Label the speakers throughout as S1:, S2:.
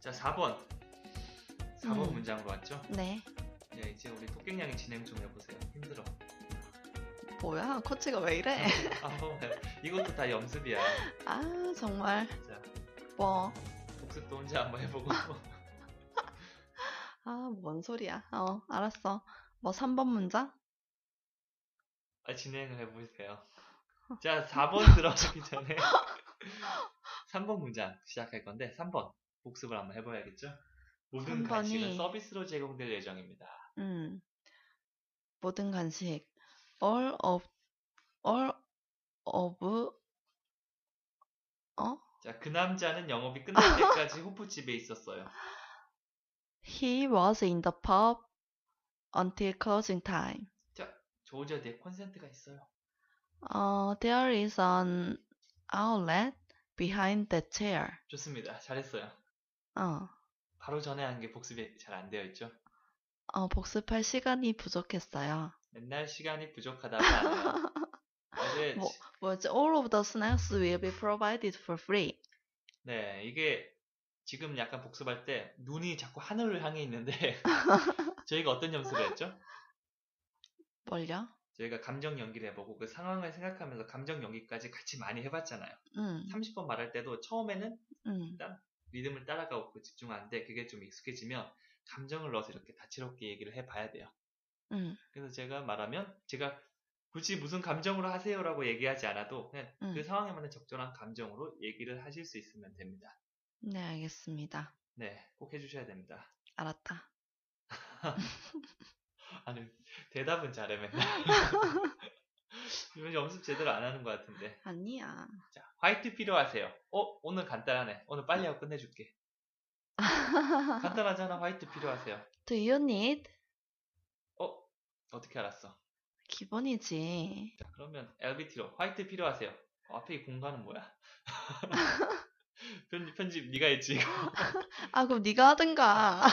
S1: 자, 4번. 4번
S2: 음.
S1: 문장으로 왔죠?
S2: 네.
S1: 네, 이제 우리 도깽냥이 진행 좀 해보세요. 힘들어.
S2: 뭐야? 코치가 왜 이래?
S1: 아, 봐봐요. 이것도 다 연습이야.
S2: 아, 정말.
S1: 자,
S2: 뭐.
S1: 복습도 혼자 한번 해보고.
S2: 아, 뭔 소리야. 어, 알았어. 뭐 3번 문장?
S1: 아, 진행을 해보세요. 자, 4번 들어가기 전에 3번 문장 시작할 건데, 3번 복습을 한번 해봐야겠죠? 모든
S2: 삼 번이-
S1: 간식은 서비스로 제공될 예정입니다.
S2: 음. 모든 간식. all of, all of,
S1: 자, 그 남자는 영업이 끝날 때까지 호프집에 있었어요.
S2: he was in the pub until closing time.
S1: 조우저 내 콘센트가 있어요.
S2: 어, there is an outlet behind that chair.
S1: 좋습니다. 잘했어요.
S2: 어,
S1: 바로 전에 한 게 복습이 잘 안 되어 있죠?
S2: 어, 복습할 시간이 부족했어요.
S1: 맨날 시간이 부족하다고 하네요. 어제
S2: 뭐. 뭐였지? All of the snacks will be provided for free.
S1: 네, 이게 지금 약간 복습할 때 눈이 자꾸 하늘을 향해 있는데 저희가 어떤 연습을 했죠?
S2: 뭘요?
S1: 저희가 감정 연기를 해보고 그 상황을 생각하면서 감정 연기까지 같이 많이 해봤잖아요.
S2: 음,
S1: 30번 말할 때도 처음에는
S2: 음,
S1: 리듬을 따라가고 그 집중하는데 그게 좀 익숙해지면 감정을 넣어서 이렇게 다채롭게 얘기를 해봐야 돼요.
S2: 음,
S1: 그래서 제가 말하면 제가 굳이 무슨 감정으로 하세요라고 얘기하지 않아도 그냥
S2: 음.
S1: 그 상황에 맞는 적절한 감정으로 얘기를 하실 수 있으면 됩니다.
S2: 네, 알겠습니다.
S1: 네, 꼭 해주셔야 됩니다.
S2: 알았다.
S1: 아니, 대답은 잘해, 맨날. 이번 연습 제대로 안 하는 것 같은데.
S2: 아니야.
S1: 자, 화이트 필요하세요. 어, 오늘 간단하네. 오늘 빨리 하고 끝내줄게. 간단하잖아, 화이트 필요하세요.
S2: Do you need?
S1: 어, 어떻게 알았어?
S2: 기본이지.
S1: 자, 그러면 LBT로 화이트 필요하세요. 어, 앞에 이 공간은 뭐야? 편집, 편집, 네가 했지. 이거.
S2: 아, 그럼 네가 하든가.
S1: 아,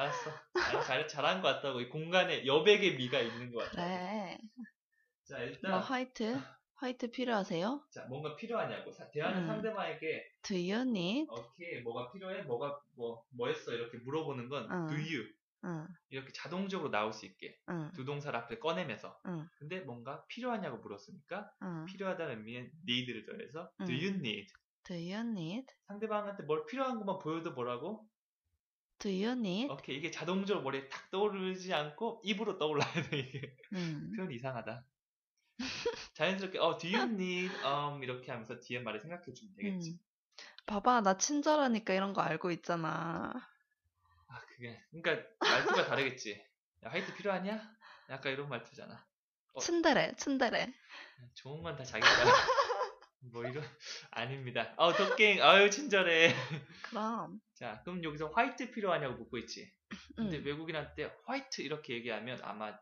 S1: 알았어. 아니, 잘, 잘한 것 같다고. 이 공간에 여백의 미가 있는 것 같아.
S2: 그래.
S1: 자, 일단,
S2: 뭐 화이트? 화이트 필요하세요?
S1: 자, 뭔가 필요하냐고. 사- 대하는
S2: 음.
S1: 상대방에게
S2: Do you need?
S1: 오케이 뭐가 필요해 뭐가 뭐 뭐였어 이렇게 물어보는 건
S2: 어.
S1: do you
S2: 응,
S1: 이렇게 자동적으로 나올 수 있게
S2: 응,
S1: 두 동사를 앞에 꺼내면서
S2: 응.
S1: 근데 뭔가 필요하냐고 물었으니까
S2: 응.
S1: 필요하다는 의미의 need를 더해서
S2: 음.
S1: do you need
S2: Do you need?
S1: 상대방한테 뭘 필요한 것만 보여도 뭐라고
S2: Do you need?
S1: 오케이 이게 자동적으로 머리에 탁 떠오르지 않고 입으로 떠올라야 돼 이게
S2: 음.
S1: 표현 이상하다 자연스럽게 어 do you need um 이렇게 하면서 뒤에 말을 생각해 주면 되겠지
S2: 음. 봐봐, 나 친절하니까 이런 거 알고 있잖아.
S1: 아, 그게. 그러니까 말투가 다르겠지. 야, 화이트 필요하냐? 약간 이런 말투잖아. 어.
S2: 츤데레, 츤데레.
S1: 좋은 건 다 자기가. 뭐 이런 아닙니다. 아우 도깽 아유 친절해.
S2: 그럼.
S1: 자 그럼 여기서 화이트 필요하냐고 묻고 있지. 근데
S2: 음.
S1: 외국인한테 화이트 이렇게 얘기하면 아마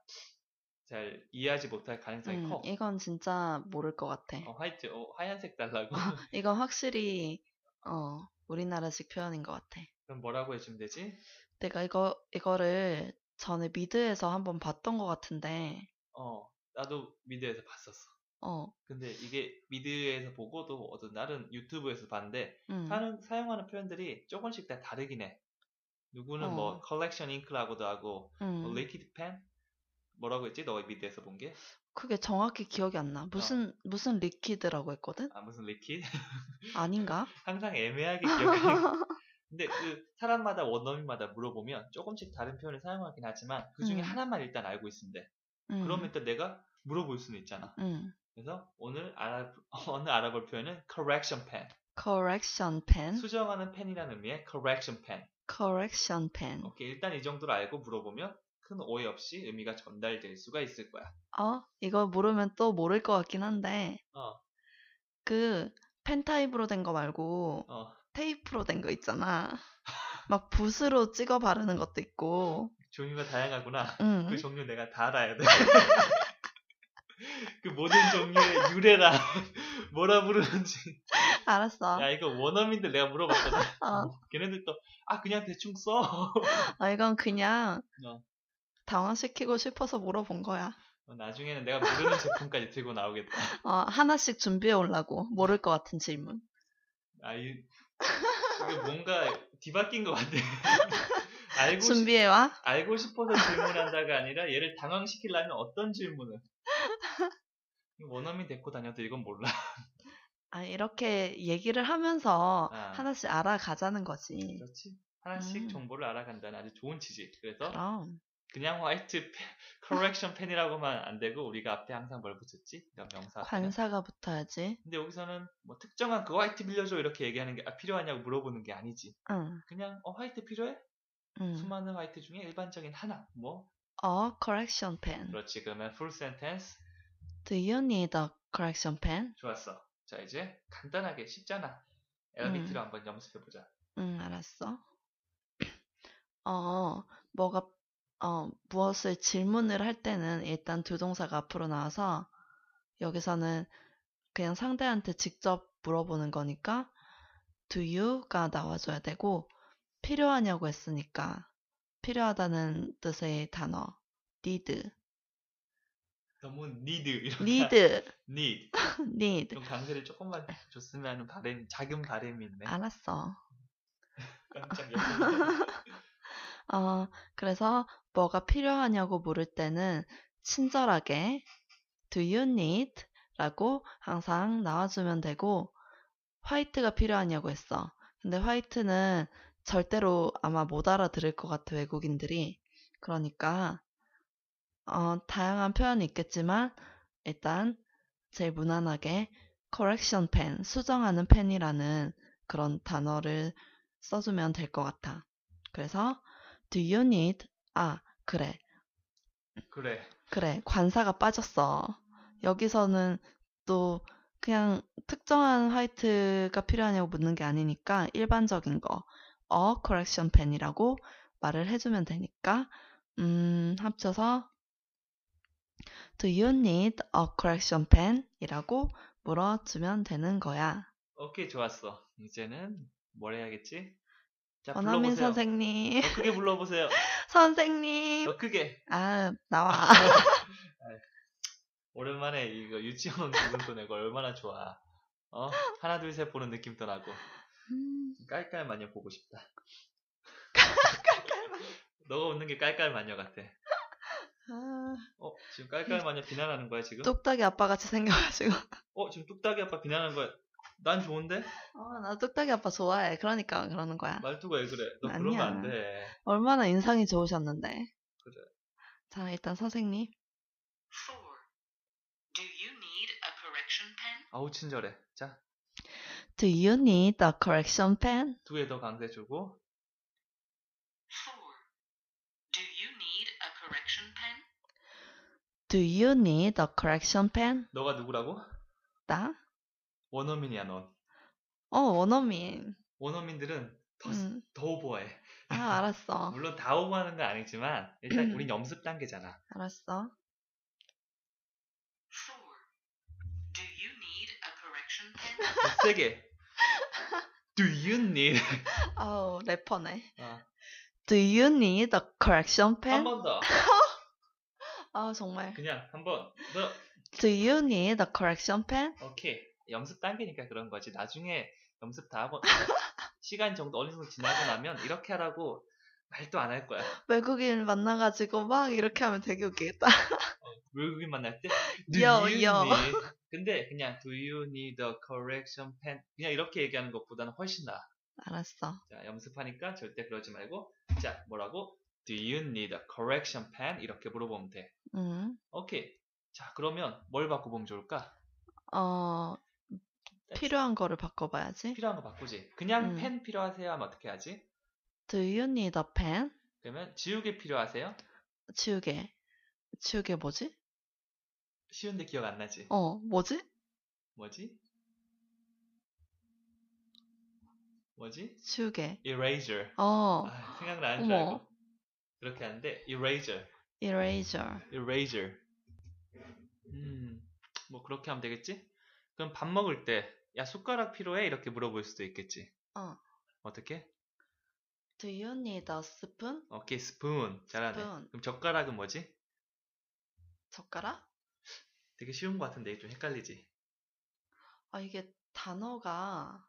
S1: 잘 이해하지 못할 가능성이
S2: 음,
S1: 커.
S2: 이건 진짜 모를 것 같아.
S1: 어, 화이트 어, 하얀색 달라고.
S2: 이건 확실히 어, 우리나라식 표현인 것 같아.
S1: 그럼 뭐라고 해주면 되지?
S2: 내가 이거 이거를 전에 미드에서 한번 봤던 것 같은데,
S1: 어 나도 미드에서 봤었어.
S2: 어,
S1: 근데 이게 미드에서 보고도 어떤 날은 유튜브에서 봤는데
S2: 음,
S1: 사용, 사용하는 표현들이 조금씩 다 다르긴 해. 누구는 뭐
S2: 어.
S1: 컬렉션 잉크라고도 하고
S2: 음.
S1: 리퀴드 펜 어, 뭐라고 했지? 너의 미드에서 본 게?
S2: 그게 정확히 기억이 안
S1: 어.
S2: 나. 무슨 무슨 리퀴드라고 했거든?
S1: 아 무슨 리퀴드?
S2: 아닌가?
S1: 항상 애매하게 기억해. 근데 그 사람마다 원어민마다 물어보면 조금씩 다른 표현을 사용하긴 하지만 그 중에
S2: 음.
S1: 하나만 일단 알고 있으면 돼.
S2: 음,
S1: 그러면 일단 내가 물어볼 수는 있잖아.
S2: 음,
S1: 그래서 오늘 알아 오늘 알아볼 표현은 correction pen.
S2: correction pen,
S1: 수정하는 펜이라는 의미의 correction pen.
S2: correction pen.
S1: 오케이, 일단 이 정도로 알고 물어보면 큰 오해 없이 의미가 전달될 수가 있을 거야.
S2: 어, 이거 모르면 또 모를 것 같긴 한데,
S1: 어.
S2: 그 펜 타입으로 된 거 말고
S1: 어,
S2: 테이프로 된 거 있잖아. 막 붓으로 찍어 바르는 것도 있고,
S1: 종류가 다양하구나.
S2: 응,
S1: 그 종류 내가 다 알아야 돼. 그 모든 종류의 유래랑 뭐라 부르는지.
S2: 알았어.
S1: 야, 이거 원어민들 내가 물어봤거든.
S2: 어,
S1: 걔네들 또, 아, 그냥 대충 써.
S2: 어, 이건 그냥
S1: 어.
S2: 당황시키고 싶어서 물어본 거야.
S1: 나중에는 내가 모르는 제품까지 들고 나오겠다.
S2: 어, 하나씩 준비해 오려고. 모를 것 같은 질문.
S1: 아, 이, 이게 뭔가 뒤바뀐 것 같아. 알고, 싶-
S2: 준비해와.
S1: 알고 싶어서 질문한다가 아니라 얘를 당황시키려면 어떤 질문을? 원어민 데리고 다녀도 이건 몰라.
S2: 아, 이렇게 얘기를 하면서
S1: 아.
S2: 하나씩 알아가자는 거지.
S1: 그렇지? 하나씩
S2: 음.
S1: 정보를 알아간다는 아주 좋은 지식. 그래서
S2: 그럼.
S1: 그냥 화이트 커렉션 펜이라고만 안 되고 우리가 앞에 항상 뭘 붙였지? 그러니까 명사. 앞에는.
S2: 관사가 붙어야지.
S1: 근데 여기서는 뭐 특정한 그 화이트 빌려줘 이렇게 얘기하는 게 아, 필요하냐고 물어보는 게 아니지.
S2: 응,
S1: 그냥 어 화이트 필요해?
S2: 응.
S1: 수많은 화이트 중에 일반적인 하나. 뭐
S2: 어, correction pen.
S1: 그렇지. 그러면 풀 센텐스
S2: Do you need a correction pen?
S1: 좋았어. 자 이제 간단하게 쉽잖아. LBT로
S2: 음.
S1: 한번 연습해 보자.
S2: 응, 알았어. 어, 뭐가, 어, 무엇을 질문을 할 때는 일단 두 동사가 앞으로 나와서 여기서는 그냥 상대한테 직접 물어보는 거니까 do you가 나와줘야 되고 필요하냐고 했으니까 필요하다는 뜻의 단어 need,
S1: 너무 need 이렇게
S2: need, 네.
S1: need
S2: need.
S1: 좀 강세를 조금만 줬으면 하는 바램 작은 바램이 있네.
S2: 아. 알았어.
S1: 깜짝이야.
S2: 어, 그래서 뭐가 필요하냐고 물을 때는 친절하게 Do you need? 라고 항상 나와주면 되고 화이트가 필요하냐고 했어. 근데 화이트는 절대로 아마 못 알아들을 것 같아, 외국인들이. 그러니까 어, 다양한 표현이 있겠지만 일단 제일 무난하게 correction pen, 수정하는 펜이라는 그런 단어를 써주면 될 것 같아. 그래서 Do you need? 아, 그래.
S1: 그래.
S2: 그래. 관사가 빠졌어. 여기서는 또 그냥 특정한 화이트가 필요하냐고 묻는 게 아니니까 일반적인 거. 어, correction pen이라고 말을 해주면 되니까, 음, 합쳐서 Do you need a correction pen? 이라고 물어주면 되는 거야.
S1: 오케이 좋았어. 이제는 뭘 해야겠지? 자
S2: 원어민
S1: 불러보세요.
S2: 선생님,
S1: 더 크게 불러보세요.
S2: 선생님,
S1: 더 크게.
S2: 아, 나와.
S1: 오랜만에 이거 유치원 기분도 내고 얼마나 좋아. 어? 하나 둘 셋 보는 느낌도 나고
S2: 음,
S1: 깔깔 마녀 보고 싶다. 너가 웃는 게 깔깔 마녀 같아.
S2: 아,
S1: 어 지금 깔깔 마녀 비난하는 거야 지금?
S2: 똑딱이 아빠 같이 생겨가지고.
S1: 어 지금 뚝딱이 아빠 비난하는 거야. 난 좋은데
S2: 어, 나 뚝딱이 아빠 좋아해. 그러니까 그러는 거야.
S1: 말투가 왜 그래? 너 그러면
S2: 아니야.
S1: 안 돼.
S2: 얼마나 인상이 좋으셨는데.
S1: 그래.
S2: 자, 일단 선생님.
S3: 4. Do you need a correction pen?
S1: 아우 친절해. 자
S2: Do you need a correction pen?
S1: 두 개 더 강세 주고
S3: 4. Do you need a correction pen?
S2: Do you need a correction pen?
S1: 너가 누구라고?
S2: 나?
S1: 원어민이야 넌.
S2: 어, 원어민.
S1: 원어민들은 더,
S2: 음.
S1: 더 오버해.
S2: 아, 음. 알았어.
S1: 물론 다 오버하는 건 아니지만 일단 우린 연습 단계잖아.
S2: 알았어.
S3: 4. Do you need a correction pen?
S1: 더 세게. Do you need?
S2: 어우, 래퍼네.
S1: 아,
S2: Do you need a correction pen?
S1: 한번 더.
S2: 아, 정말.
S1: 그냥 한번 더.
S2: Do you need a correction pen?
S1: 오케이. 연습 단계니까 그런 거지. 나중에 연습 다 하고 시간 정도 어느 정도 지나고 나면 이렇게 하라고 말도 안 할 거야.
S2: 외국인 만나가지고 막 이렇게 하면 되게 웃기겠다.
S1: 외국인 만날 때. Do
S2: 여,
S1: you
S2: 여.
S1: need? 근데 그냥 Do you need a correction pen? 그냥 이렇게 얘기하는 것보다는 훨씬 나아.
S2: 알았어.
S1: 자, 연습하니까 절대 그러지 말고 자, 뭐라고? Do you need a correction pen? 이렇게 물어보면 돼.
S2: 음.
S1: 오케이. 자, 그러면 뭘 바꿔보면 좋을까?
S2: 어, 필요한 거를 바꿔봐야지.
S1: 필요한 거 바꾸지. 그냥
S2: 음.
S1: 펜 필요하세요? 하면 어떻게 하지?
S2: Do you need a pen?
S1: 그러면 지우개 필요하세요?
S2: 지우개. 지우개 뭐지?
S1: 쉬운데 기억 안 나지?
S2: 어, 뭐지?
S1: 뭐지? 뭐지?
S2: 지우개.
S1: Eraser.
S2: 어,
S1: 아, 생각나는 줄
S2: 어머.
S1: 알고. 그렇게 하는데 Eraser.
S2: eraser.
S1: Eraser. 음, 뭐 그렇게 하면 되겠지? 그럼 밥 먹을 때, 야 숟가락 필요해? 이렇게 물어볼 수도 있겠지.
S2: 어.
S1: 어떻게?
S2: Do you need a spoon?
S1: 오케이 스푼 아, 잘하네.
S2: 스푼.
S1: 그럼 젓가락은 뭐지?
S2: 젓가락?
S1: 되게 쉬운 것 같은데 좀 헷갈리지.
S2: 아, 이게 단어가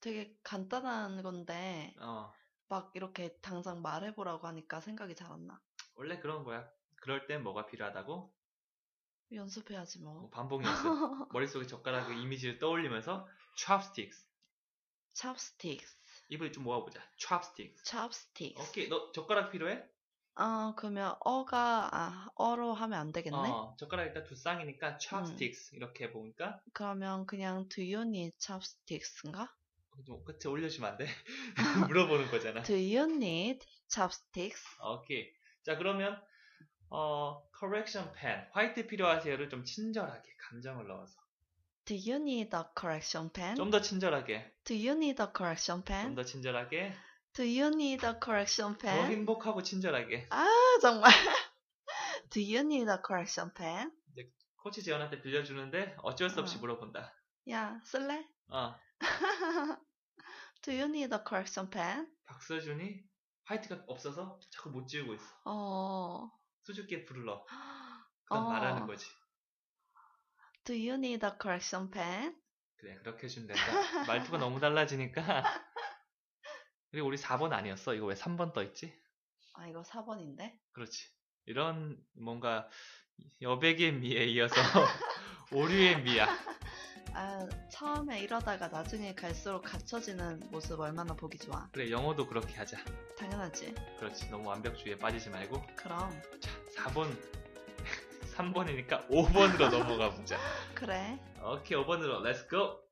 S2: 되게 간단한 건데
S1: 어,
S2: 막 이렇게 당장 말해보라고 하니까 생각이 잘 안 나.
S1: 원래 그런 거야. 그럴 땐 뭐가 필요하다고?
S2: 연습해야지 뭐.
S1: 반복 연습. 머릿속에 젓가락의 이미지를 떠올리면서 chopsticks.
S2: 찹스틱스,
S1: 입을 좀 모아보자. chopsticks.
S2: 찹스틱스.
S1: 오케이, 너 젓가락 필요해?
S2: 아 그러면 어가 아, 어로 하면 안 되겠네. 음.
S1: 어, 젓가락 일단 두 쌍이니까 chopsticks 이렇게 해보니까
S2: 그러면 그냥 do you need chopsticks인가?
S1: 좀뭐 끝에 올려주면 안 돼? 물어보는 거잖아.
S2: Do you need chopsticks?
S1: 오케이. 자, 그러면 어, correction pen, 화이트 필요하세요를 좀 친절하게 감정을 넣어서
S2: Do you need a correction pen?
S1: 좀 더 친절하게,
S2: Do you need a
S1: 좀
S2: correction pen?
S1: 더 친절하게,
S2: Do you need a correction
S1: 더
S2: pen?
S1: 행복하고 친절하게.
S2: 아 정말. Do you need a correction pen?
S1: 코치 재원한테 빌려주는데 어쩔 수 없이
S2: 어.
S1: 물어본다.
S2: 야 쓸래?
S1: 어,
S2: Do you need a correction pen?
S1: 박서준이 화이트가 없어서 자꾸 못 지우고 있어.
S2: 어.
S1: 수줍게 부르러. 그럼
S2: 어.
S1: 말하는 거지.
S2: Do you need a correction pen?
S1: 그래, 그렇게 해주면 된다. 말투가 너무 달라지니까. 그리고 우리 4번 아니었어? 이거 왜 3번 떠있지?
S2: 아 이거 4번인데.
S1: 그렇지. 이런 뭔가 여백의 미에 이어서 오류의 미야.
S2: 아 처음에 이러다가 나중에 갈수록 갖춰지는 모습 얼마나 보기 좋아.
S1: 그래, 영어도 그렇게 하자.
S2: 당연하지.
S1: 그렇지. 너무 완벽주의에 빠지지 말고.
S2: 그럼
S1: 자, 4번. 3번이니까 5번으로 넘어가 보자.
S2: 그래.
S1: 오케이, 5번으로 렛츠고!